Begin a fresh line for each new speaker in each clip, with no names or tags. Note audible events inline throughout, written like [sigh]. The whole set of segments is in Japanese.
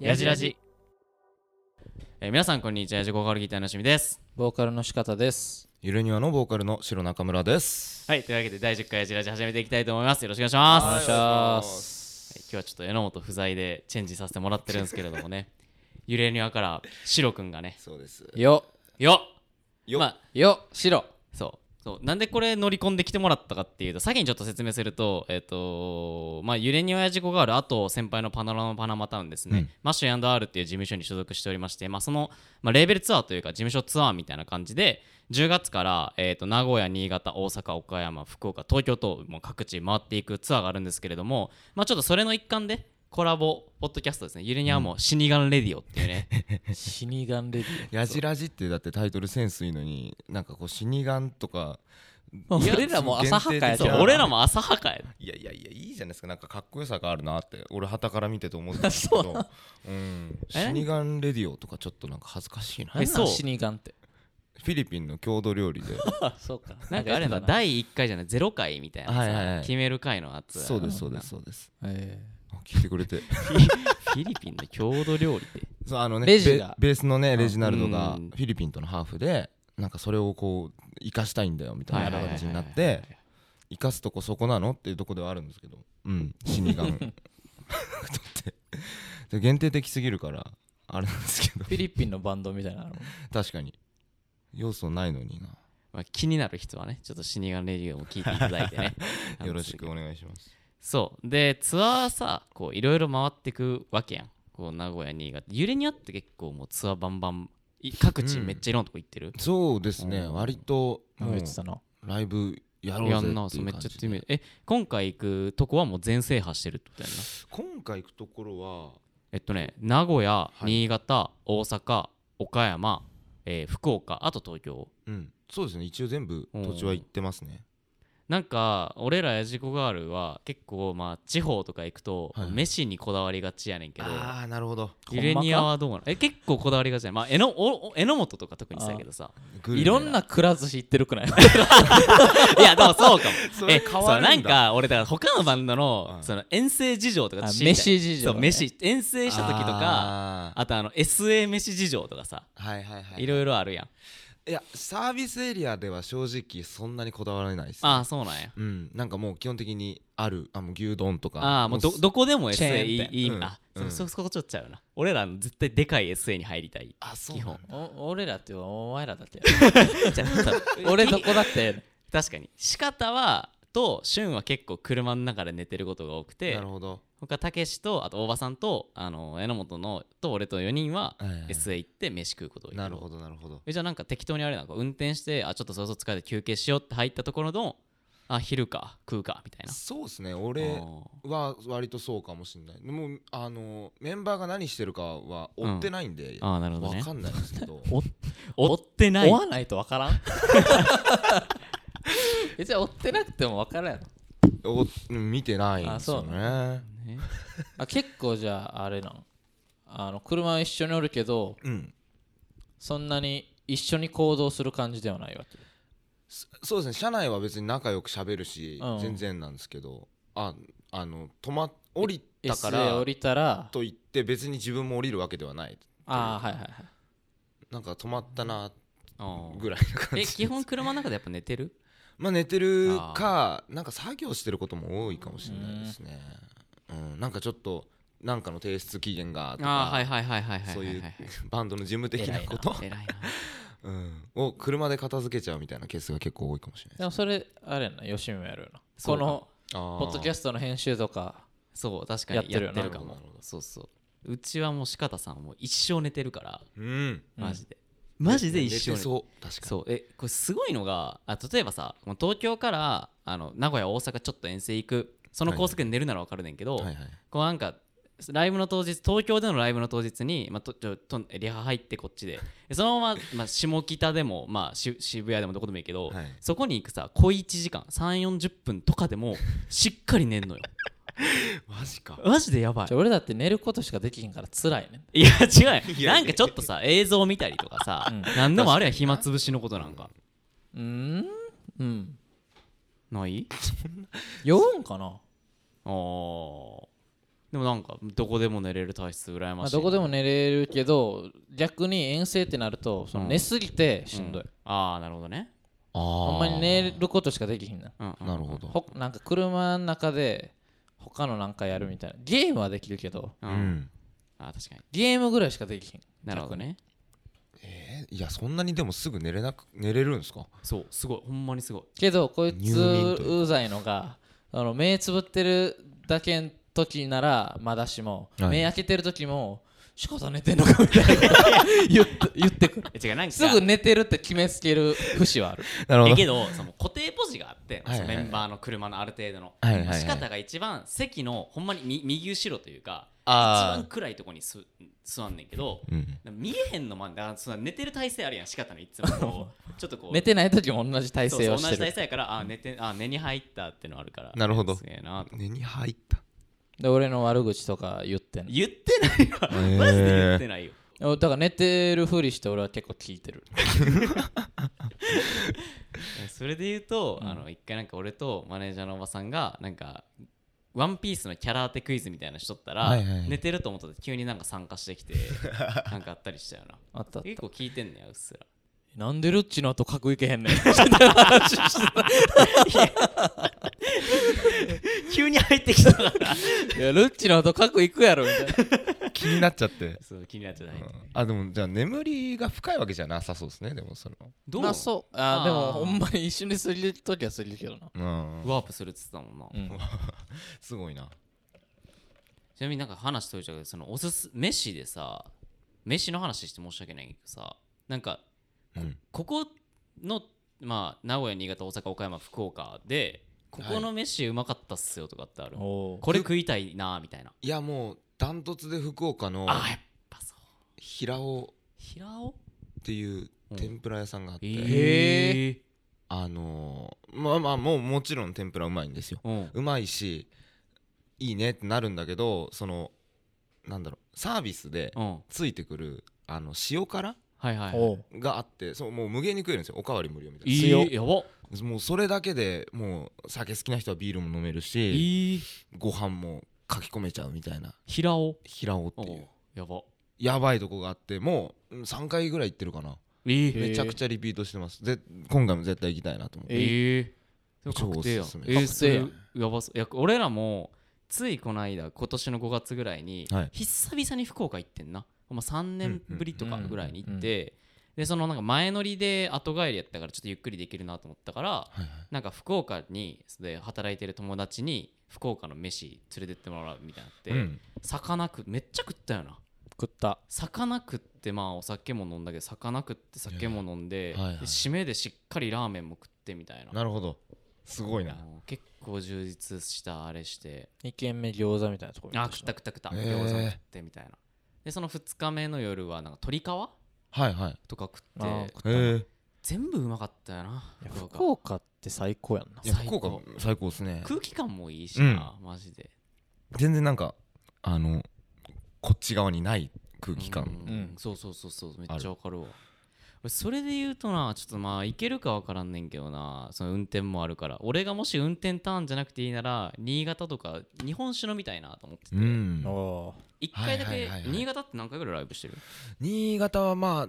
やじラジ、えー皆さんこんにちはやじゴーカルギターのしみです
ボーカルの仕方です。
ゆるにわのボーカルの白中村です。
はいというわけで第10回やじラジ始めていきたいと思いますよろしくお願いします、
お願いし
はい
ます。
今日はちょっと榎 [laughs] 本不在でチェンジさせてもらってるんですけれどもね揺れにわからシロくんがね
そうです。
よ、
よ
よ
まあ
よ、白。
そうそうなんでこれ乗り込んできてもらったかっていうと先にちょっと説明するとえっ、とまあ揺れに親父子があるあと先輩のパノラマパナマタウンですね、
うん
マッシュ &R っていう事務所に所属しておりまして、まあ、その、まあ、レーベルツアーというか事務所ツアーみたいな感じで10月から、えー、と名古屋新潟大阪岡山福岡東京ともう各地回っていくツアーがあるんですけれども、まあ、ちょっとそれの一環でコラボポッドキャストですねゆれにゃもう死神レディオっていうね、
死神レデ
やじらじってだってタイトルセンスいいのに、なんかこう死神とか。
ィ。 [laughs] 俺らも浅はかや
い
じ
そう
ゃ
や
ん。
俺らも浅はかや
いやいやいや、いいじゃないですか。なんかかっこよさがあるなって、俺旗から見てと思ってたんです [laughs] けど。うん。
え
死神レディオとかちょっとなんか恥ずかしいな。
何
え
な
そ
の
う
死神って。
フィリピンの郷土料理で。
あ、そうか。
なんかあれだ、
い。
第1回じゃない、ゼロ回みたいなさ、
はいはいはい
決める回のやつ。
そうです、そうです、そうです。
え
あ聞いてく [laughs] れて。
フィリピンの郷土料理って。
そうあのね
レジが
ベベースのねレジナルドが
う
フ
ん
ィリピンとのハーフでなんかそれをこう生かしたいんだよみたいな形になっ
はいはい
て生かすとこそこなのっていうとこではあるんですけどうん死神 [laughs] だってで限定的すぎるからあれなんですけど
ーフィリピンのバンドみたいなの。
確かに要素ないのに。
[laughs] まあ、気になる人はね、ちょっと死神レディオも聞いていただいてね
な [laughs] よろしくお願いします
そう。で、ツアーさ、こう、いろいろ回ってくわけやん。こう、名古屋、新潟。揺れにあって結構もうツアーバンバン、い各地
うん
めっちゃいろんなとこ行ってる。
そうですね
うん
割と
なん
も
か
う
言ってたの。
ライブやろうぜ
や
ってい
ん
う
な、
感
そ
じ
うめっちゃってみ
で
る。え、今回行くとこはもう全制覇してるってことやんな。
今回行くところは
えっとね、名古屋、
い
新潟、大阪、岡山、えー福岡、あと東京。
うんそうですね一応全部土地は行ってますね
なんか俺らやじこガールは結構まあ地方とか行くと
はいはい
飯にこだわりがちやねんけど、
ああなるほど
ユレニアはどうなのえ結構こだわりがちやねんまあえのおお榎本とか特にそうやけどさ
グルメ
いろんなくら寿司行ってるくない
いやでもそうかも
[laughs] そ
え
れ変
そ
わ
う
るんだ
なんか俺だから他のバンド
う
の
ん
その遠征事情とか
あ
知りたい
飯事情ね
そう飯遠征した時とかあ
あ
とあの SA 飯事情とかさ
ーはいはいはい
いろいろあるやん
いやサービスエリアでは正直そんなにこだわらないです
ああそうなんや
うんなんかもう基本的にあるあもう牛丼とか
ああもうどどこでも
チェー
SA
ン
いい
店
いい
うん
あ
うん
そそこちょっとちゃうな俺らの絶対でかい SA に入りた
[laughs]
い
あそう
基
なんだ
本
お俺らってお前らだって。
じ
[laughs]
[laughs] ゃあそう
俺どこだって。
確かに仕方はと俊は結構車の中で寝てることが多くて
なるほど
他たけしとあと大場さんとあの榎本のと俺と4人は
はいはいはい
SA 行って飯食うことを
なるほ
ど
どなるほど
じゃあなんか適当にあれなんか運転してあちょっとそろそろ疲れて休憩しようって入ったところのあ昼か食うかみたいな
そうですね俺
あ
は割とそうかもしれないもうあのメンバーが何してるかは追ってないん
ー
で、
あーなるほど
わ
ね
かんないですけど
[laughs] 追ってない
追わないとわからん。 [laughs] 別に追ってなくてもわからんやろ。
おうん見てないんですよね
ね
あ結構じゃああれなんあの車は一緒におるけど
うん
そんなに一緒に行動する感じではないわけ
そそうですね社内は別に仲良く喋るし、
うん
全然なんですけどああの止ま降りたか
SA 降
ら
りたら
といって別に自分も降りるわけではない
ああはいはいはい
[laughs]
なんか止まったな
あー
ぐらいの感
え
じ
基本車の中でやっぱ寝てる
まあ寝てるかなんか作業してることも多いかもしれないですねうん、なんかちょっとなんかの提出期限がとか
ああはいはいはいはいはいはい
そういう
はは
バンドの事務的なこと
偉いな偉いな
うん、を車で片付けちゃうみたいなケースが結構多いかもしれない
でもそれあれやな吉村やるよな
そう
こ
かも
の
あ
ポッドキャ
ス
ストの編集とか
そう確かに
やって
や
るよ
っ
な
てるかも
なるほどなるほど
そうそううちはもう四方さんもう一生寝てるから
トうん
うん
マジで、マジで一生
寝
寝
て
てる
そう確かに
そうえこれすごいのがあ例えばさもう東京からあの名古屋大阪ちょっと遠征行くその高速で寝るならわかるねんけど、
はいはい
こうなんかライブの当日東京でのライブの当日に、まあ、とちょとリハ入ってこっちででそのまま、まあ、下北でも、まあ、し渋谷でもどこでもいいけど、
はい
そこに行くさ小1時間3 4 0分とかでもしっかり寝るのよ
[laughs] マジか
マジでやばい
じゃあ俺だって寝ることしかできひんから辛いねん
いや違う
い
よ
や
なんかちょっとさ映像見たりとかさ、
うん
何でもあれは暇つぶしのことなんか
うーんうん
ない
酔うんかな
おーでもなんかどこでも寝れる体質羨
ま
ま
あ、
しい、
どこでも寝れるけど逆に遠征ってなるとその寝すぎてしんどい、
ああなるほどね、
あ
ほんまに
ね
寝ることしかできひんな
うんうん
なるほど
ほなんか車の中で他のなんかやるみたいなゲームはできるけど
う
うんん
あー確かに
ゲームぐらいしかできひん
なるほどね
えいやそんなにでもすぐ寝れなく寝れるんですか
そうすごいほんまにすごい
けどこいつ
入眠という
うざいのがあの目つぶってるだけん時ならまだしも、
はい
目開けてる時も仕事寝てんのかみた
[laughs]
いな言って言ってくる
え違うなんか
すぐ寝てるって決めつける節はある
なる
えけどその固定ポジがあって、
はいはいはい
そのメンバーの車のある程度の、
はいはいはい
仕方が一番席のほんまにみ右後ろというか
あー
一番暗いとこにす座んねんけど、
うん
見えへんのまんだからその寝てる体勢あるやん仕方のいつもこうちょっとこう
寝てない時も同じ体勢を
そうそう同
して
じ
る
体勢やからあ寝てあ寝に入ったってのあるから
なるほど
すげえなと
寝に入った
で俺の悪口とか言ってんの
言ってないわ、
へえ
マジで言ってないよ
だから寝てるふりして俺は結構聞いてる
それで言うと、あの一回なんか俺とマネージャーのおばさんがなんかワンピースのキャラ当てクイズみたいなのしとったら、
はいはいはい
寝てると思ったら急になんか参加してき [laughs] てなんかあったりしたよな
あったあった
結構聞いてんねやうっすら
なんでルッチの後格いけへんねん [laughs]
急に入ってきたから
いやルッチの後格いくやろみたいな
気になっちゃって
[laughs] [laughs] そう気になっちゃない、
あでもじゃあ眠りが深いわけじゃなさそうですねでもその
どう
まあそうあ
あ
ー
ー
でもほんまに一緒にするときはするけどな、
うん
ワープするっつってたもんな、
うん、
[laughs]
すごいな
ちなみになんか話とれちゃうけどそのおすす飯でさ飯の話して申し訳ないけどさなんか
うん
ここのまあ名古屋新潟大阪岡山福岡でここの飯うまかったっすよとかってある、
お
これ食いたいなみたいない
やもうダントツで福岡の
あやっぱそう
平尾
平尾
っていう天ぷら屋さんがあって、
へ
え
あのーまあまあもうもちろん天ぷらうまいんですよ
うん
うまいしいいねってなるんだけどそのなんだろうサービスで
うん
ついてくるあの塩辛
はいはいはい
おう
があってそうもう無限に食えるんですよおかわり無料みたい
い
な、
い
強っ
やば
もうそれだけでもう酒好きな人はビールも飲める
い
し
い
ご飯も書き込めちゃうみたいな
平尾
平尾って
お
いう
うやば
やばいとこがあってもううん3回ぐらい行ってるかない
へ
い
ー
めちゃくちゃリピートしてますで今回も絶対行きたいなと思って
え
ええ
超
確定やん
おすすめ
えー
確定やん
それやばそういや俺らもついこの間今年の5月ぐらいに、
はい
久々に福岡行ってんなほんま3年ぶりとかぐらいに行って、でそのなんか前乗りで後帰りやったからちょっとゆっくりできるなと思ったから、
はいはい
なんか福岡にで働いてる友達に福岡の飯連れてってもらうみたいになって、
うん
魚食めっちゃ食ったよな
食った
魚食ってまあお酒も飲んだけど魚食って酒も飲んで,、
いやはいはい
で締めでしっかりラーメンも食ってみたいな
なるほどすごいな
うん結構充実したあれして
2軒目餃子みたいなところ
あ食った食った食った、
へー
餃子も食ってみたいなでその2日目の夜はなんか鶏皮と
はいはい
か食
あー
って
食ったな
え
全部うまかったよない
や
福岡
福岡って最高やんな
えいや
最
福
高
岡最高ですね
空気感もいいしな、マジで
全然なんかあのこっち側にない空気
う
感
ん、
うん
そうそうそうそうめ
あ
っち
る
ゃわかるわ俺それで言うとなちょっとまあいけるかわからんねんけどなその運転もあるから俺がもし運転ターンじゃなくていいなら新潟とか日本酒飲みたいなと思ってて、
うん
お
一回だ
はい
け
はいはいはい
新潟って何回ぐらいライブしてる
新潟はまあ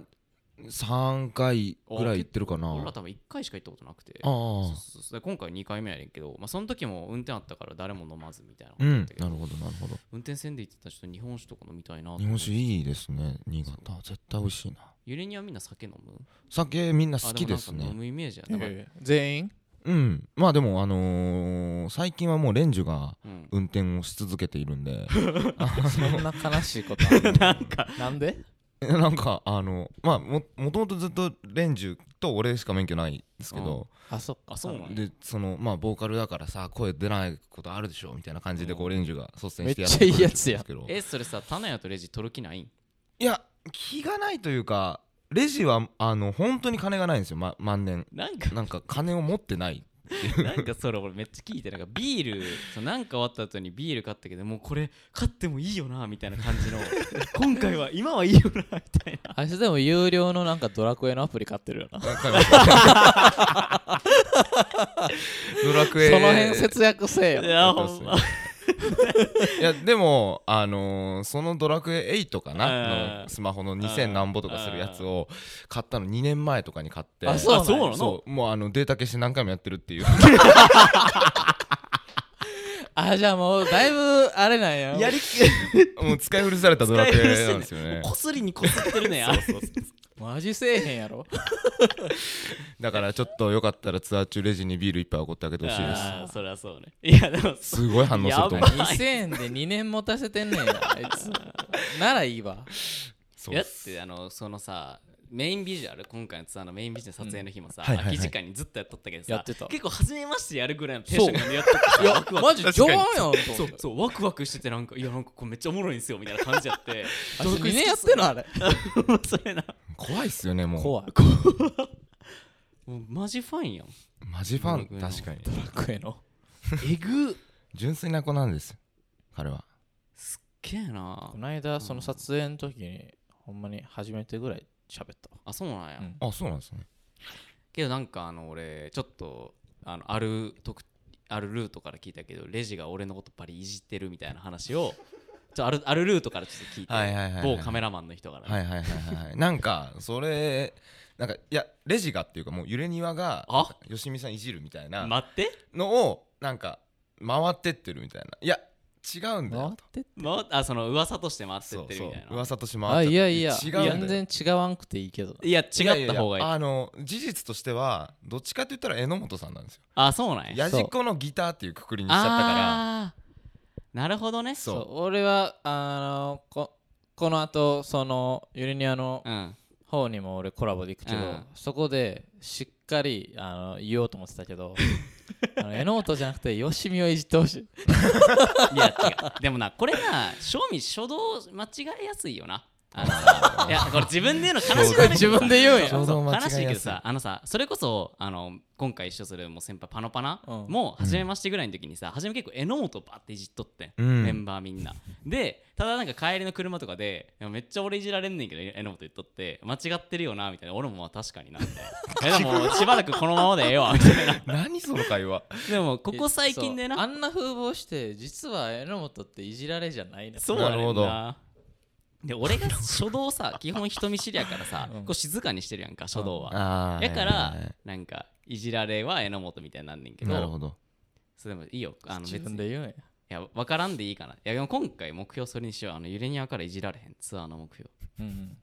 3回ぐらい行ってるかな
俺ら多分1回しか行ったことなくて
あ
そう
あ
そうそうで今回2回目やねんけど、まあ、その時も運転あったから誰も飲まずみたいな
う
ことだ
ん
ったけど
なるほどなるほど
運転せんで行ってた人日本酒とか飲みたいなと
日
思
本
う
酒いいですね新潟絶対美味しいな
ゆれにはみんな酒飲む
酒みんな
あ
好きです
もなんか飲
ね
むイメージや
ー
だから、
全 [laughs] 員
うんまあでもあのー最近はもうレンジュが
うん、
運転をし続けているんで
そんな悲しいこと [laughs] あんのなんかなんで
なんかあのまあももともとずっとレンジュと俺しか免許ないんですけど、
あそっか
あそうなんや
でそのまあボーカルだからさ声出ないことあるでしょみたいな感じでこうレンジュが率先してやってくれるんですけど
えそれさタナヤとレジ取る気ないん
いや気がないというかレジはあの本当に金がないんですよ、ま、万年
なんか
なんか金を持ってない
なんかそれ俺めっちゃ聞いてなんかビールそのなんか終わった後にビール買ったけどもうこれ買ってもいいよなみたいな感じ [laughs] の今回は今はいいよなみたいな
あいつでも有料のなんかドラクエのアプリ買ってるよなそ
わかるドラクエ
の辺節約せえよ
いや
そう
ほ
です
ん
ね
ま [laughs]
いやでもあのーそのドラクエ8かな
うん
のスマホの2000何ぼとかするやつを買ったの2年前とかに買って
あそうなんや
そうなの
そうもうあのデータ消して何回もやって
[laughs]
るっていう
あじゃあもうだいぶあれなんや
やりき
もう使い古されたドラクエなんです
[laughs]
よね
こすりにこすってるね
マジせえへんや [laughs] ろ
だからちょっとよかったらツアー中レジにビール一杯おごってあげてほしいで
あーそれはそうねいやでも
すすごい反応すると
や
思
ば
う
い
2000円で2年持たせてんねんやあいつならいいわ
そう
やってあのそのさメインビジュアル今回のツアーのメインビジュアル撮影の日もさ、
うんはいはいはい
空き時間にずっとやっとったけどさ
やってた
結構初めましてやるぐらいのテンション感でやっとった
いやマジ序盤やんと思って
そうそうワクワクしててなんかいやなんかこれめっちゃおもろいんすよみたいな感じやって
[laughs]
あ2年やってんのあれ
もうそれな
怖いっすよねも
怖いド
もうマジファンやん
うマジファン確かに
ラクエの
えぐ
純粋な子なんです彼は
すっげえな
この間その撮影の時にほんまに初めてぐらい喋ったわ
あそうなんや、
うん
あそうなんですね
けどなんかあの俺ちょっとあのある特あるルートから聞いたけどレジが俺のことバリいじってるみたいな話を [laughs] ちょあるあるルートからちょっと聞いて
はいはいはいはい
某カメラマンの人から、
はいはいはいはいはいなんかそれなんかいやレジがっていうかもう揺れ庭が
あ
よしみさんいじるみたいな
[laughs] 待って
のをなんか回ってってるみたいないや違うんだ
回っ
よ
て
まあその噂として待って
そ
っ
う
てる
そ
み
う
たいな
噂として
あ
回って
いやいや
違う
全
んだ
然
よ
違わんくていいけど
いや
や
違
や
った方がいい
あの事実としてはどっちかって言ったら榎本さんなんですよ
あそうなんや
や
そう
じっこのギターっていうくくりにしちゃったから
あーなるほどね
そう
そ
俺はあのここの後そのユニニアの
うん
方にも俺コラボで行くけど、
うん
そこでしっかりあの言おうと思ってたけどあの榎本じゃなくてよしみをいじってほしい
いや違うでもなこれな正味初動間違えやすいよなあのさいやこれ自分で言うの悲しいな
自分で言うんや
そうそう
衝動間違えや
悲
すい
しいけどさあのさそれこそあの今回一緒するもう先輩パノパナ
うん
も初めましてぐらいの時にさ初め結構榎本バっていじっとってん
うん
メンバーみんなでただなんか帰りの車とかでいやめっちゃ俺いじられんねんけど榎本言っとって間違ってるよなみたいな俺もまあ確かになみたいなえでもしばらくこのままでええわみたい
[laughs]
な
う何そ
[laughs]
の会話
でもここ最近で
そうあ
なん
な風貌して実は榎本っていじられじゃないな
そうやねん
なるほど
で俺が初動さ [laughs] 基本人見知りやからさ
うん
こう静かにしてるやんか初動は
あー
だか
はい
ら
はいはい
なんかいじられは榎本みたいになんねんけど
なるほど
それでもいいよあの別
自分
にい
で言うんや
や分からんでいいかないやでも今回目標それにしようあの揺れにあからいじられへんツアーの目標、
うんうん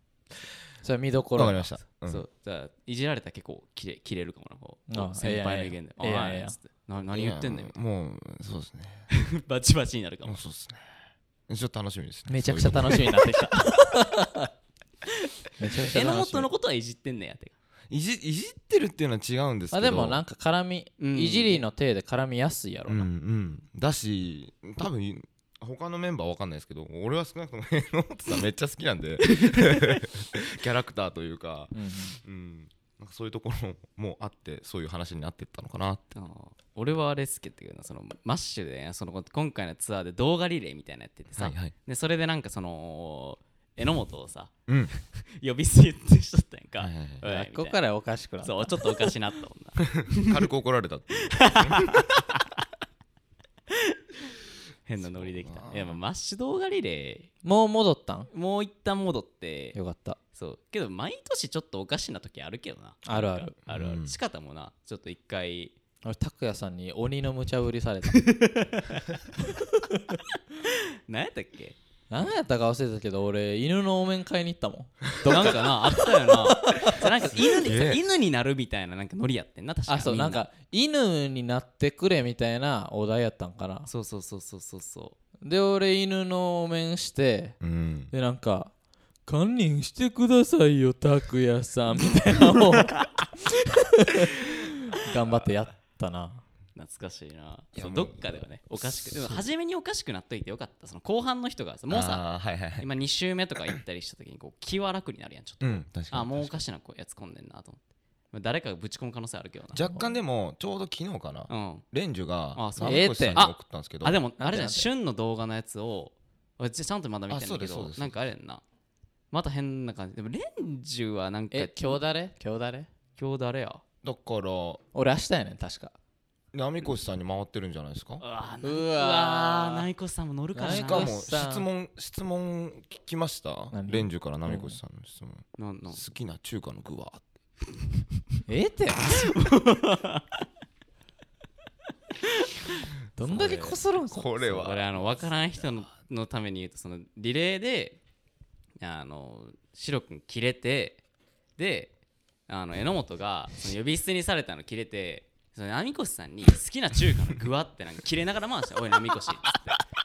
それ見どこ
わ
ろ
かりましたうん
そうだからいじられたら結構切れ切れるかもなこう
ああ
先輩の意見で「
いやいやいや
ああ
いやいや
つってな何言ってんねん
い
み
やもうそうですね
たいな [laughs] バチバチになるか
も
も
うそうですねちょっと楽しみですね
めちゃくちゃ
そういうの
楽しみになってきた [laughs] めちゃくちゃ
榎
楽し
本
み
のことはいじってんねんやって
いじいじってるっていうのは違うんですけど
あでもなんか絡み、
うん
いじりの手で絡みやすいやろ
うんう
な、
んだし多分他のメンバーは分かんないですけど俺は少なくとも榎本さんめっちゃ好きな
[laughs]
んでキャラクターというか,、
うんうん
うん、なんかそういうところもあってそういう話になってったのかな
あの俺はあれ好きっていうのそのマッシュでねその今回のツアーで動画リレーみたいなのやっててさ、
はい
でそれでなんかその榎本をさ
うん
[laughs] 呼び捨てしとったやんか、
はい
お
はい
いみたいな
ここからおかしくなった
そうちょっとおかしなったもんな
軽く怒られた
[laughs]
っていう
変なノリでき
そう
た
か
いやまあマッシュ動画リレ
もう戻ったん
ーもう一旦戻って
よかった
そうけど毎年ちょっとおかしな時あるけどな
あるある
なんかあるあ
う
る
ん
仕方もなちょっと一回
俺拓哉さんに鬼の無茶ぶりされた
何やったっけ
何やったか忘れたけど俺犬のお面買いに行ったもん
なんかなあったよなそうなんか犬に
すげえ
犬になるみたいななんかノリやってんな確か
あそう
み
なんか犬になってくれみたいなお題やったんかな
そうそうそうそうそうそ
で俺犬のお面して
うん
でなんか「堪忍してくださいよ拓哉さん」みたいな [laughs] のを頑張ってやったな
う懐かしいない
や
そう
もう
どっかではねおかしくでも
そう
初めにおかしくなっといてよかったその後半の人がさもうさ
あーはいはいはい
今2周目とか行ったりした時にこう気は楽になるやんちょっと、
うん確かに
あもうおかしなこうやつ込んでんなと思ってまあ誰かがぶち込む可能性あるけどな
若干でもちょうど昨日かな、
うん
レンジュが
あそう
ナメコシさんに
ええって
送ったんですけど
あでもあれじゃ
なん
ん
て
旬の動画のやつを俺ちゃんとまだ見て
あ
な
そ
いうけ
ですそう
ど
です
なんかあれやんなまた変な感じでもレンジはなんか
え今日誰今日誰
今日誰や
だから
俺明日やねん確か
波越さんに回ってるんじゃないですか
うわー
う
う
わー
わーナイコスさんも乗るからな
ナ
し
イ
か
コ
も
スさん
質問質問聞きました
何
レンジュから波越さんの質問
なんなん
好きな中華の具は
ええって [laughs] どんだけこそるんすか
これ
そうこれ
は
あの分からん人ののために言うとそのリレーであのシロ君切れてであの榎本がその呼び捨てにされたの切れてその波越さんに好きな中華の具はってなんか切れながら回して「おい波越」っつって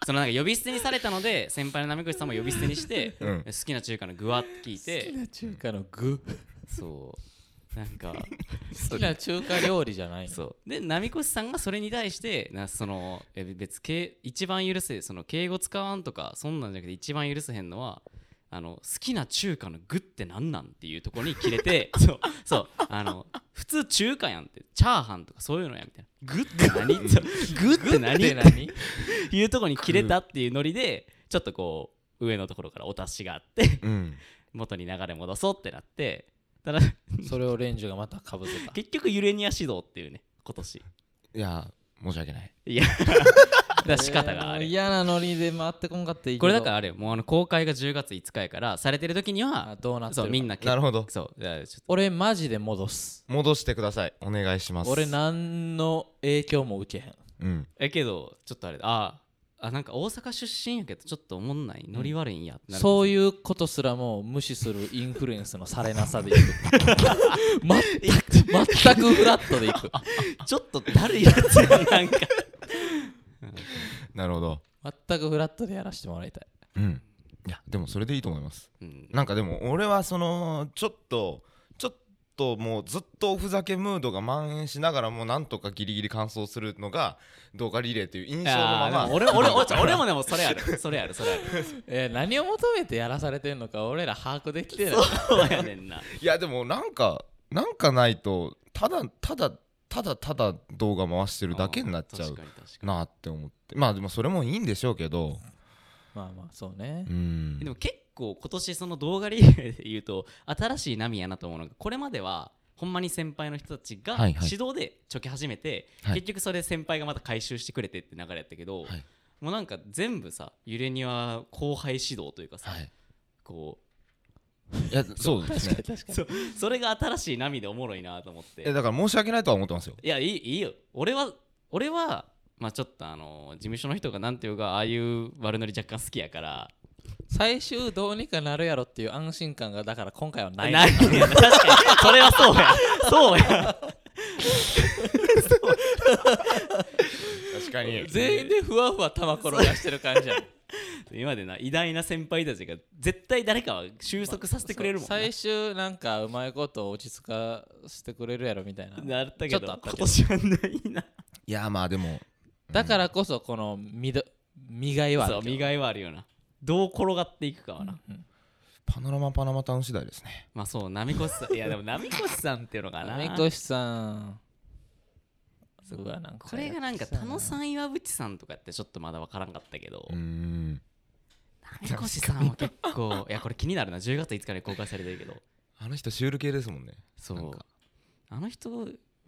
そのなんか呼び捨てにされたので先輩の波越さんも呼び捨てにして、
うん
好きな中華の具はって聞い
好き
て
な中華の具
そうなんか
好きな中華料理じゃないの
そうで波越さんがそれに対してなそのえ別敬一番許せその敬語使わんとかそんなんじゃなくて一番許せへんのはあの好きな中華の具ってなんなんっていうところに切れ [laughs] てそうそうあの普通中華やんってチャーハンとかそういうのやみたいな具って何 [laughs] そう具って何
で
って
何
いうところに切れたっていうノリでちょっとこう上のところからお達しがあって [laughs]
うん
元に流れ戻そうってなってただ
それをレンジがまたかぶせた
結局ユレニア指導っていうね今年
いや申し訳ない
いや出し方があ
えーもう
れ
[laughs] 嫌なノリで回ってこんかっていいけど
これだからあれよもうあの公開が10月5日やからされてる時に
あ
は
どうなってるか
そうみんな
なるほど
そうじゃあちょっ
俺マジで戻す
戻してくださいお願いします
俺何の影響も受けへん
うん
とえけどちょっとあれああなんか大阪出身やけどちょっとおもんないノリ悪いんやってなる
そういうことすらも無視するインフルエンスのされな
[laughs]
さでいく全く全くフラットでいく
[laughs] ちょっとだるいやつ
[laughs]
やなんか
なるほど
全くフラットでやらせてもらいたい
うんいやでもそれでいいと思います
うん
なんかでも俺はそのちょっとちょっともうずっとおふざけムードが蔓延しながらもなんとかギリギリ完走するのが動画リレーという印象のま
あーで
ま
も俺俺俺ちょ俺もでもそれあるそれあるそ
[laughs]
れある
えー何を求めてやらされてんのか俺ら把握できてない
そうやねんない
やでもなんかなんかないとただただただただ動画回してるだけになっちゃ
あー
う
確かに確かに
なって思ってまあでもそれもいいんでしょうけど
まあまあそうね
うん
でも結構今年その動画リレーで言うと新しい波やなと思うのがこれまではほんまに先輩の人たちが
はいはい
指導でちょき始めて、
はい
結局それ先輩がまた回収してくれてって流れやったけど、
はい
もうなんか全部さ揺れには後輩指導というかさ、
はい
こ
いやそうです
[laughs] 確
ね
かに確かに
うそれが新しい波でおもろいなと思って
えだから申し訳ないとは思ってますよ
いやいいいいよ俺は俺はまあちょっとあの事務所の人がなんていうかああいう悪ノリ若干好きやから
最終どうにかなるやろっていう安心感がだから今回はない
ないね確かにそれはそうやそうや
確かに
全員でふわふわ玉転がしてる感じやん
[laughs] 今までな偉大な先輩たちが絶対誰かは収束させてくれるもんな、
最終なんかうまいこと落ち着かしてくれるやろみたいな
なったけ
ちょっとあ
ど今
ったけど
年はないない
やまあでも
だからこそこのみど磨いはあ
そう
るけど
身がいはあるよなどう転がっていくかはな、
パノラマパナマタウン次第ですね
まあそう波越さんいやでも波越さんっていうのかな
なみこしさんうわなんか
これがなんか
やっ
田
て
野さ
ん
ん岩渕さんとかってちょっとまだ分からんかったけど、
うーん
波越さんは結構 [laughs] いやこれ気になるな10月5日に公開されてるけど
あの人シュール系ですもんね
そ
なん
う
か
あの人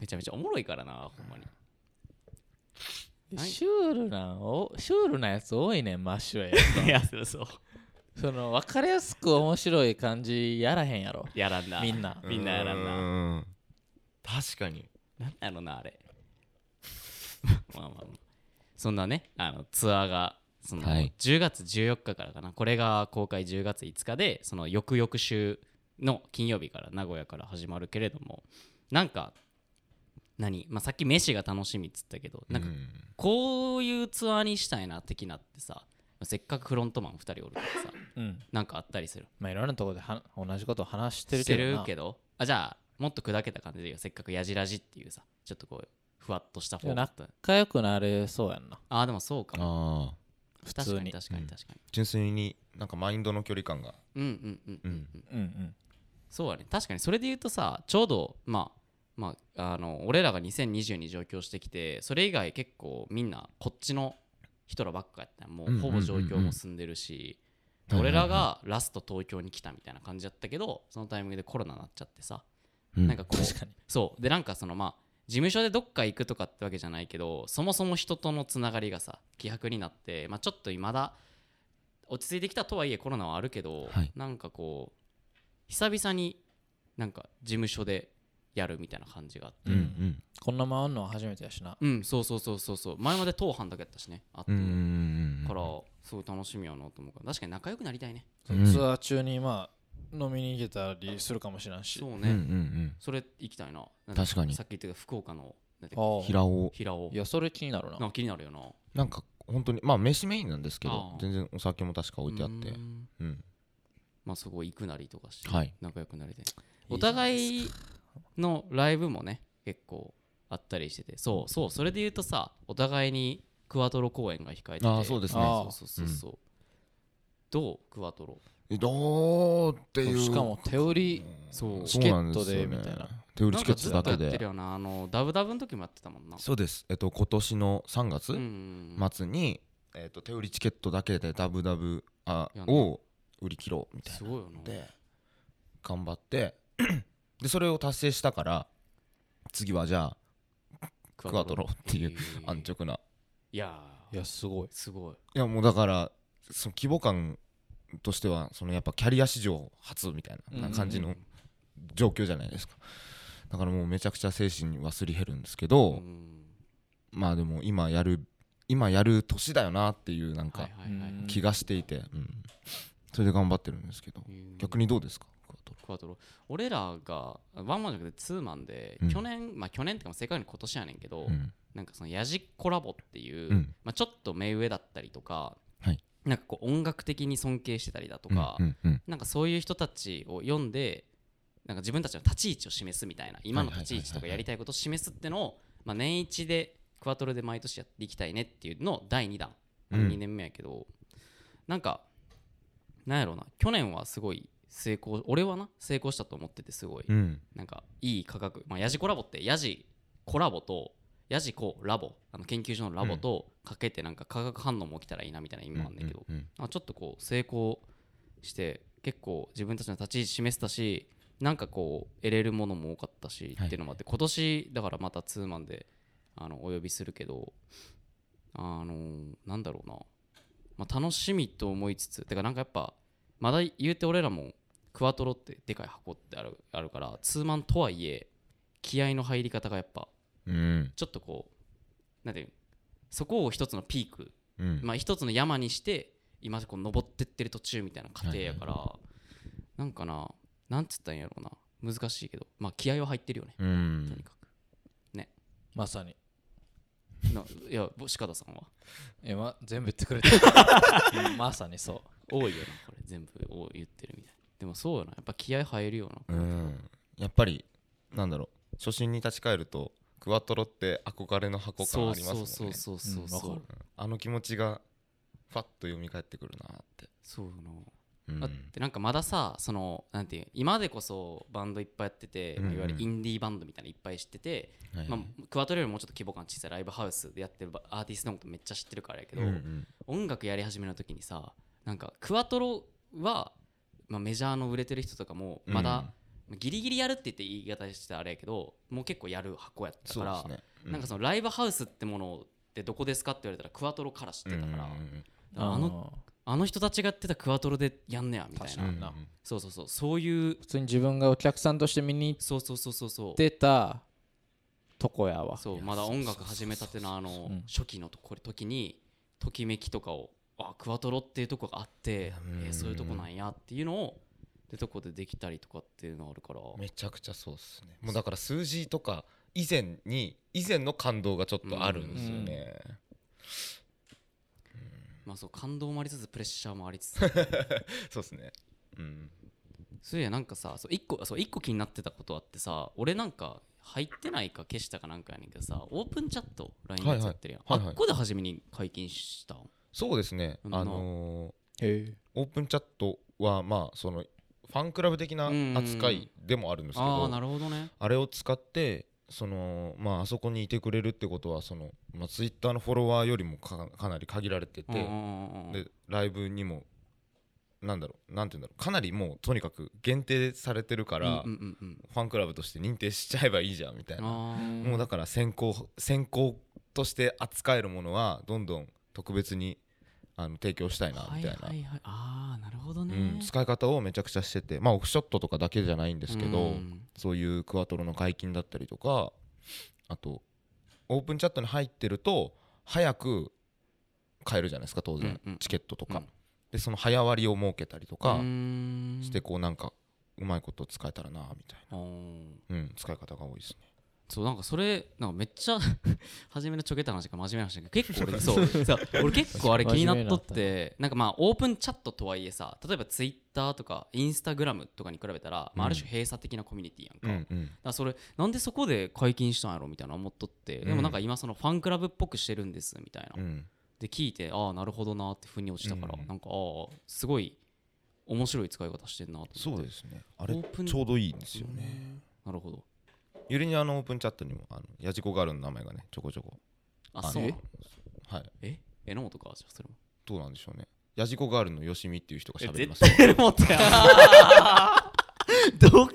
めちゃめちゃおもろいからなほんまに
やシュールなおシュールなやつ多いねんマッシュや
いやそうそう [laughs]
その分かりやすく面白い感じやらへんやろ
やらんな
みんな
みんなやらんな
な確かに
なんだろう [laughs] なあれまあまあまあそんなねあのツアーがその
はい
10月14日からかなこれが公開10月5日でその翌々週の金曜日から名古屋から始まるけれどもなんか何、まあ、さっき飯が楽しみっつったけどなんか
うん
こういうツアーにしたいな的なってさせっかくフロントマン2人おるからさ
うん
なんかあったりする
まあいろんなところでは同じことを話してる
して
けど
る
な
けどあじゃあもっと砕けた感じでいいよせっかくやじらじっていうさちょっとこうふわっとしたフォーマット
仲良くなれそうやんな
ああでもそうかも
ああ
普
確
通
かに
に
確かに
うん
確かに
純粋になんかマインドの距離感が
うんうんうんうんうん
うんうん
そうだね確かにそれで言うとさちょうどまあまああの俺らが2020に上京してきてそれ以外結構みんなこっちの人らばっかやったもうほぼ上京も住んでるし
うんうんうん
俺
うん
らがラスト東京に来たみたいな感じだったけどそのタイミングでコロナになっちゃってさなんかこう
確かに
そうでなんかそのまあ事務所でどっか行くとかってわけじゃないけどそもそも人とのつながりがさ希薄になって、まあ、ちょっと未だ落ち着いてきたとはいえコロナはあるけど、
はい
なんかこう久々になんか事務所でやるみたいな感じがあって
うんこんな回んのは初めてやしな
うんそうそうそうそうそう前まで当班だけやったしねあって、
うんうんうんうん
からすごい楽しみやなと思うから確かに仲良くなりたいね
うん
ツアー中にまあ飲みに行けたりするかもしれんし
そうね、
うんうん
それ行きたいななん
確かに
さっき言ってた福岡のなんだっけ
ああ
平尾
平尾
いやそれ気になるな
なんか気になるよな
なんか本当にまあ飯メインなんですけ
あ
ど
あ
全然お酒も確か置いてあって
うん
うん
まあそこ行くなりとかして、
はい
仲良くなりたい
い
お互いのライブもね結構あったりしててそうそうそれで言うとさお互いにクワトロ公演が控えてて
ああそうですね
あ
そうそうそうそう、どうクワトロ
どうっていう
しかも手売り
そう
チケットでみたいな
手売り
な
チ
ん
ケ
か
ッ
ず
ト
っ
だ
とや
け
ってる
で
よなあのダブダブの時もやってたもんな
そうですえっと今年の3
う
月
んうんうん
末に、えっと手売りチケットだけでダブダブあ
やんだ
を売り切ろうみたい
す
な
ごいよな
で頑張って [clears throat] でそれを達成したから次はじゃあクワトロっていう
えー
安直ない
や
い
ー
やすごい
すごい
いやもうだからその規模感としてはそのやっぱキャリア史上初みたいなな感じ
う
の
ん
状況じゃないですかだからもうめちゃくちゃ精神はすり減るんですけど、
うん
まあでも今やる今やる年だよなっていうなん
は
か
いはいはい
うん
気がしていて、うんそれで頑張ってるんですけど
うん
逆にどうですかクワト
クワトロ俺らがワンマンじゃなくてツーマンで、
うん
去年まあ去年ってかも正確に今年やねんけど、
ロうん
なんかそのヤジコラボっていう、
うん
まあ、ちょっと目上だったりとか、
はい
なんかこう音楽的に尊敬してたりだとか、
うんうん
なんかそういう人たちを読んでなんか自分たちの立ち位置を示すみたいな今の立ち位置と
は
か
いはいは
やり
いはい
たいことを示すってのを、まあ、年一でクワトロで毎年やっていきたいねっていうのを第2弾、
うん
2年目やけどなんかなんやろうな去年はすごい成功俺はな成功したと思っててすごい、
うんうん
なんかいい価格、まあ、ヤジコラボってヤジコラボとヤジコラボあの研究所のラボとかけてなんか化学反応も起きたらいいなみたいな意味もあるんだけど、
うんうん
あちょっとこう成功して結構自分たちの立ち位置示せたしなんかこう得れるものも多かったし
はい
っていうのもあって、今年だからまたツーマンであのお呼びするけどあのなんだろうな、まあ、楽しみと思いつつてかなんかやっぱまだ言うて俺らもクワトロってでかい箱ってあるあるからツーマンとはいえ気合の入り方がやっぱ
うん
ちょっとこうなんていうそこを一つのピーク
うん
まあ、一つの山にして今こう登ってってる途中みたいな過程やから、なんかななんつったんやろうな難しいけどまあ気合は入ってるよね、
う
とに
ん
か
まさに
くないやぼ鹿田さんは
えま全部言ってくれた [laughs] まさにそう
多いよなこれ全部を言ってるみたいでもそうよなやっぱ気合入るよな
うんやっぱりなんだろう初心に立ち返るとクワトロって憧れの箱感
そ
あ
う
りますも
そ
ん
う
ね
そうそうそう
うん
そ
わ
う、
かる
あの気持ちがファッと蘇ってくるなって、
そうよな
うん
だってなんかまださそのなんていう今までこそバンドいっぱいやってて、
うんうん
いわゆるインディーバンドみたいなのいっぱい知ってて、
はい
まあ、クワトロよりもうちょっと規模感小さいライブハウスでやってるアーティストのことめっちゃ知ってるからやけど、
うんうん
音楽やり始めの時にさなんかクワトロは、まあ、メジャーの売れてる人とかもまだ、ギリギリやるって言って言い方してあれやけどもう結構やる箱やった
そう
か
で
ら、
すね
なんかそのライブハウスってものってどこですかって言われたらクワトロから知ってたから、
うんうん
あの
の
あの人たちがやってたクワトロでやんねやみたい
確
な、
か
う
に
ん
な
そうそうそうそういう
普通に自分がお客さんとして見に行っ
そうそうそうそうそう
てたとこやわ
そう
や
まだ
そうそう
音
そう
楽始めたてのあの
うん
初期のとこれ時にときめきとかをあクワトロっていうとこがあって、
うん
えーそういうとこなんやっていうのをでとこでできたりとかっていうのあるから
めちゃくちゃそうですねもうだから数字とか以前に以前の感動がちょっとあるんですよね、
まあそう感動もありつつプレッシャーもありつつ
[laughs] そうですねうん
そういやなんかさそう一個そう一個気になってたことあってさ俺なんか入ってないか消したかなんかやねんけどさオープンチャット LINE でやってるやん、
はいはいはいはい
あっこで初めに解禁したん
そうですね
うん
あの
へ
ーオープンチャットはまあそのファンクラブ的な扱いでもあるんですけ
ああ
ど
ーなるほどね
あれを使ってそのまああそこにいてくれるってことはその、まあ、ツイッターのフォロワーよりもかかなり限られてて、
うんうんうんうん
でライブにもなんだろうなんて言うんだろうかなりもうとにかく限定されてるから、
うんうんうん
ファンクラブとして認定しちゃえばいいじゃんみたい
うん、
な
あー
もうだから先行先行として扱えるものはどんどん特別にあの提供したいなみたいな、
はいはいはい、ああなるほどね、
うん、使い方をめちゃくちゃしててまあオフショットとかだけじゃないんですけど、
うん
そういうクワトロの解禁だったりとかあとオープンチャットに入ってると早く買えるじゃないですか当然、
うんうん
チケットとか、
うん
でその早割りを設けたりとか
うーん
してこうなんかうまいこと使えたらなみたい
あー
な、うん、使い方が多いですね
そうなんかそれなんかめっちゃ [laughs] 初めのちょけた話か真面目な話だけど結構俺
[laughs]
そうさ俺結構あれ気になっとってなんかまあオープンチャットとはいえさ例えばツイッターとかインスタグラムとかに比べたら、まあ、ある種閉鎖的なコミュニティやんか,、だか
うん
らそれなんでそこで解禁したんやろみたいな思っとって、でもなんか今そのファンクラブっぽくしてるんですみたいな、
うん
で聞いてああなるほどなってふうに落ちたから、
うん
なんかああすごい面白い使い方してんなと思って
そうですねあれ
オープン
ちょうどいいんですよね
なるほど
ゆりにあのオープンチャットにもあのやじこガールの名前がねちょこちょこ
あ
の
そうなの
はい
え榎本かじゃあそれも
どうなんでしょうねやじこガールのよしみっていう人が喋ります
絶対エルモットや [laughs] どう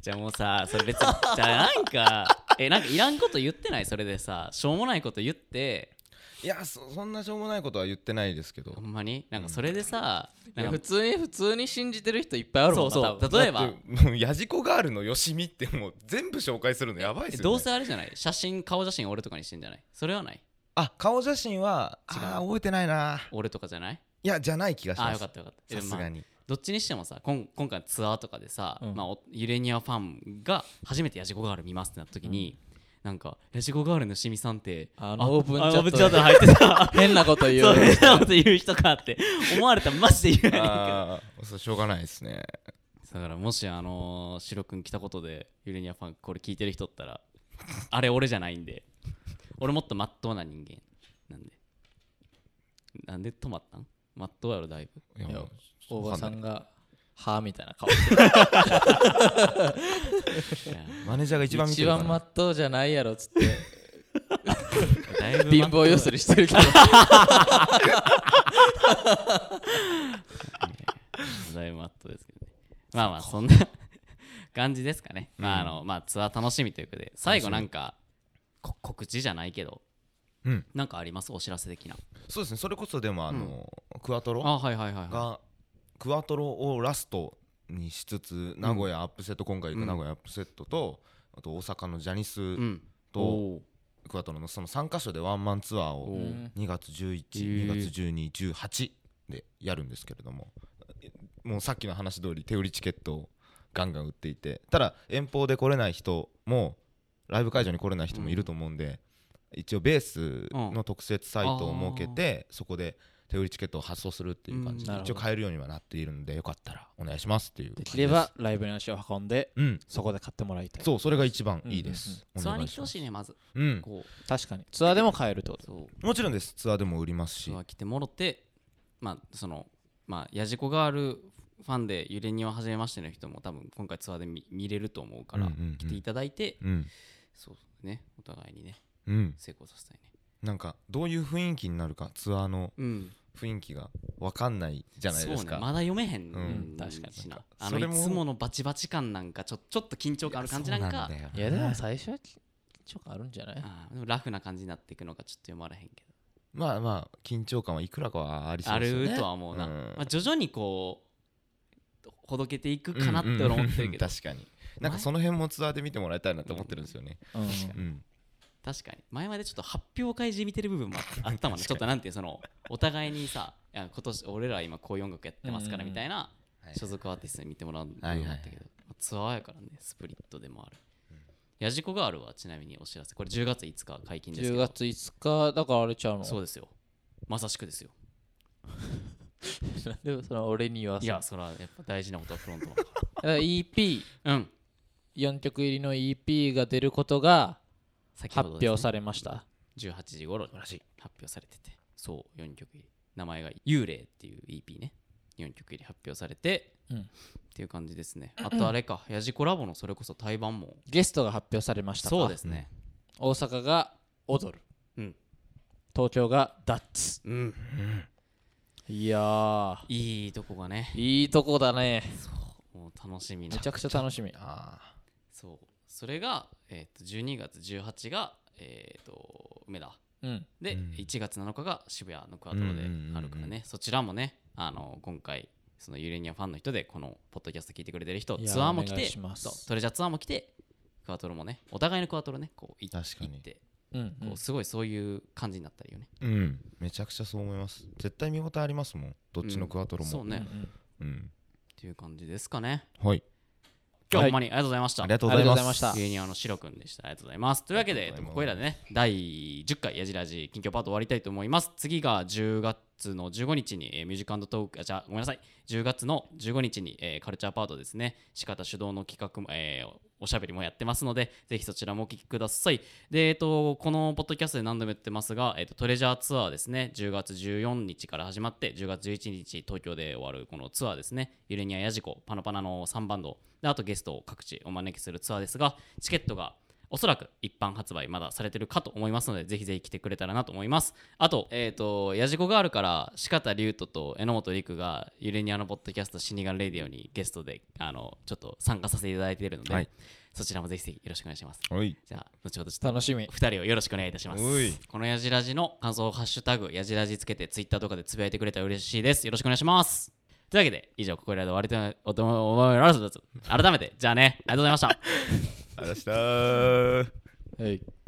じゃあもうさそれ別にじゃあなんかえなんかいらんこと言ってないそれでさしょうもないこと言って
いやそそんなしょうもないことは言ってないですけど
ほんまになんかそれでさ、
いや
なん
普
か
通に普通に信じてる人いっぱいあるもんな
そうそう
多分
だ例えば
だって [laughs] もうやじこガールのよしみってもう全部紹介するのやばいですよ、ね、
どうせあれじゃない写真顔写真俺とかにしてんじゃないそれはない
あ顔写真は
違う
あー覚えてないな
俺とかじゃない
いやじゃない気がし
ああ
ま
よ
す
かったよかった
さす
まあ
がに、
[laughs] どっちにしてもさこん今回のツアーとかでさ、
うん
まあ、おユレニアファンが初めてヤジコガール見ますってなった時に、なんかヤジコガールのしみさんって
あのオープン
あ
チャットで
オープ入ってさ
[laughs] 変なこと言
そう
う
変なこと言う人かって思われたらマジで言わないか
ああそうしょうがないですね
だからもしあのー、シロ君来たことでユレニアファンこれ聞いてる人おったらあれ俺じゃないんで俺もっとまっとうな人間なんでなんで止まったんまっとうやろだい
[laughs]
ぶ
いや
いや
もう
おばさんがはあみたいな顔
いや
マネージャーが一番見て
一
るから
番まっとうじゃないやろっつって
だいぶ
貧乏ゆすりしてるけど
だいぶマットですけどね。まあまあ、そんな [laughs] 感じですかね。まあ、あの、まあ、ツアー楽しみということで、最後なんか、こ告知じゃないけど、
うん
なんかありますお知らせ的な。
そうですねそれこそでもあの、クアトロ
あ、はいはいはい、は
がクアトロをラストにしつつ名古屋アップセット今回行く名古屋アップセットと、あと大阪のジャニ
い。
ス
うん。
と、
おー
クアトロのその3カ所でワンマンツアー
お
を
ー
うん
2月11、
えー
2月12、18でやるんですけれどもえもうさっきの話通り手売りチケットをガンガン売っていてただ遠方で来れない人もライブ会場に来れない人もいると思うんで、一応ベースの特設サイトを設けて、そこで手売りチケットを発送するっていう感じで、
うんなるほ
一
ど
応買えるようにはなっているのでよかったらお願いしますっていう
[laughs] で
感
き
じす
ればライブに足を運んで
うん
そこで買ってもらいたい
そうそれが一番いいです、
ツアー
お願
に
い
来
してま
ほ
す
しいね、まず。
うん
こう、
確かにツアーでも買えるってこと
そう。
もちろんですツアーでも売りますし
ツアー来てもろて、まあ、その、まあ、やじこがあるファンで、ゆれには初めましての人も、多分今回ツアーで見見れると思うから、
うんうんうん
来ていただいて、
うん
そうね、お互いにね、
うん
成功させたいね。
なんかどういう雰囲気になるかツアーの
うん。
雰囲気が分かんないじゃないです
そう
か、
ね、まだ読めへん、
うん
確かに
しなあ
なんか
の
それ
い
も
つものバチバチ感なんかちょちょっと緊張感ある感じなんか
そうだよない
やでも最初は緊張感あるんじゃない
あーでもラフな感じになっていくのがちょっと読まれへんけ
まあまあ緊張感はいくらかはあり
ど、
そう
あ
ですよね
るとは思うな、
ん
まあ、徐々にこうほどけていくかなって俺思ってるけど、
うんうん確かになんかその辺もツアーで見てもらいたいなと思ってるんですよね、
うん
うん、
確かに前までちょっと発表会じみてる部分も
[laughs]
ああったもんねちょっとなんていうそのお互いにさいや今年俺ら今こういう音楽やってますからみたいな
はい
所属アーティストに見てもらう部分も
はいはい
あったけど、まあツアーやからねスプリットでもある、ヤジコガールはちなみにお知らせこれ10月5日解禁です
10
けど
月5日だからあれちゃうの
そうですよまさしくですよ
でも [laughs] その俺にはさ
いやそれはやっぱ大事なことはフロントだか
だから EP4
らうん
曲入りの EP が出ることが
先ほ
発
どですね、
表されました
18時頃に発表されててそう4曲入り名前が「幽霊」っていう EP ね4曲入り発表されて、
うん
っていう感じですねあとあれかヤジコラボのそれこそ対バンも
ゲストが発表されましたか
そうですね
大阪が踊る、
うん
東京がダッツ
うん
いやー
いいとこがね
いいとこだね
そうもう楽しみな
めちゃくちゃ楽しみ
あ
そうそれが、えー、と12月18が、えー、と梅田
うん
で、
うん
1月7日が渋谷のクアトロであるからね、
うんうんうんう
そちらもねあの今回そのユレニアファンの人でこのポッドキャスト聞いてくれてる人
いや
ツアーも来
お願
て
いします
そうトレジャーツアーも来てクアトロもねお互いのクアトロねこうい行
確かに
って
うん
こうすごいそういう感じになったりよね、
ーうんめちゃくちゃそう思います絶対見応えありますもんどっちのクアトロも、
そうね、っ
ん
うん
ていう感じですかね
はい
今日は
は
ほ
い
んまにありがとうございました、
ありがと
う
う
ござ
ござ
い
い
ま
ますす
ユニアのシロ君でした。ありがとうございます。というわけ
あ
で、
りがとうございます
これらでね、第10回やじらじ近況パート終わりたいと思います。次が10月の15日に、えーミュージックトーク、あ、じゃあごめんなさい。10月の15日に、えーカルチャーパートですね、仕方主導の企画も、えーおしゃべりもやってますので、ぜひそちらもお聞きください。で、えっと、このポッドキャストで何度も言ってますが、えっと、トレジャーツアーですね、10月14日から始まって、10月11日、東京で終わるこのツアーですね、ユレニアヤジコ、パナパナの3バンド、であとゲストを各地お招きするツアーですが、チケットがおそらく一般発売まだされてるかと思いますので、ぜひぜひ来てくれたらなと思います。あと、えっ、と、やじこガールから、四方龍斗と榎本陸が、ゆれにあのポッドキャスト、死神レディオにゲストで、あの、ちょっと参加させていただいているので、
はい
そちらもぜひぜひよろしくお願いします。
はい
じゃあ、後ほどちょっと
楽しみ
2人をよろしくお願いいたします
おい。
このやじラジの感想をハッシュタグ、やじラジつけて、ツイッターとかでつぶやいてくれたら嬉しいです。よろしくお願いします。というわけで、以上、ここらで終わりたいおと思います。改めて、じゃあね、ありがとうございました。
ありがとうございました
はい